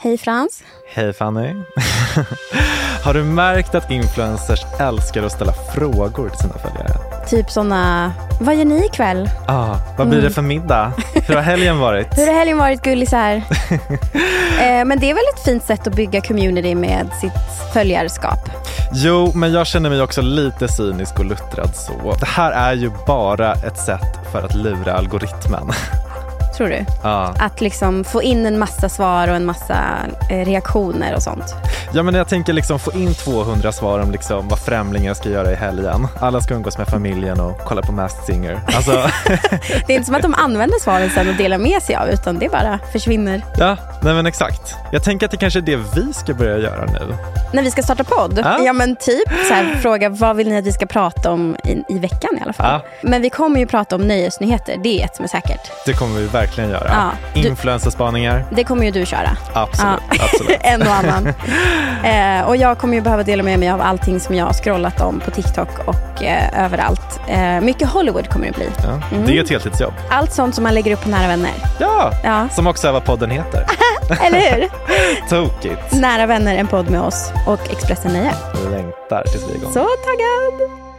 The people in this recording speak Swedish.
Hej Frans. Hej Fanny. Har du märkt att influencers älskar att ställa frågor till sina följare? Typ såna, vad gör ni ikväll? Ah, vad blir det för middag? Hur har helgen varit? Mm. Hur har helgen varit gullisar? eh, men det är väl ett fint sätt att bygga community med sitt följarskap? Jo, men jag känner mig också lite cynisk och luttrad så. Det här är ju bara ett sätt för att lura algoritmen. Ah. Tror du? Ja. Att liksom få in en massa svar och en massa eh, reaktioner och sånt. ja, men jag tänker liksom få in 200 svar om liksom vad främlingar ska göra i helgen. Alla ska umgås med familjen och kolla på Masked Singer. Alltså, Det är inte som att de använder svaren sen och delar med sig av utan det bara försvinner. ja, nej men exakt. Jag tänker att det kanske är det vi ska börja göra nu. När vi ska starta podd? Ja. Ja men typ så här, fråga vad vill ni att vi ska prata om i, i veckan i alla fall. Men vi kommer ju prata om nöjesnyheter, det är ett som är säkert. Det kommer vi verkligen göra. Ja, du- Influencerspaningar, Det kommer ju du köra. absolut. absolut. en och annan. Eh, och jag kommer ju behöva dela med mig av allting som jag har scrollat om på TikTok och eh, överallt. Eh, mycket Hollywood kommer det bli. Ja. Det är ju ett heltidsjobb. Allt sånt som man lägger upp på nära vänner. Ja, Ja, som också är vad podden heter. eller hur? Tokigt. nära vänner, en podd med oss och Expressen Nöje. Vi längtar tills vi är igång. Så taggad!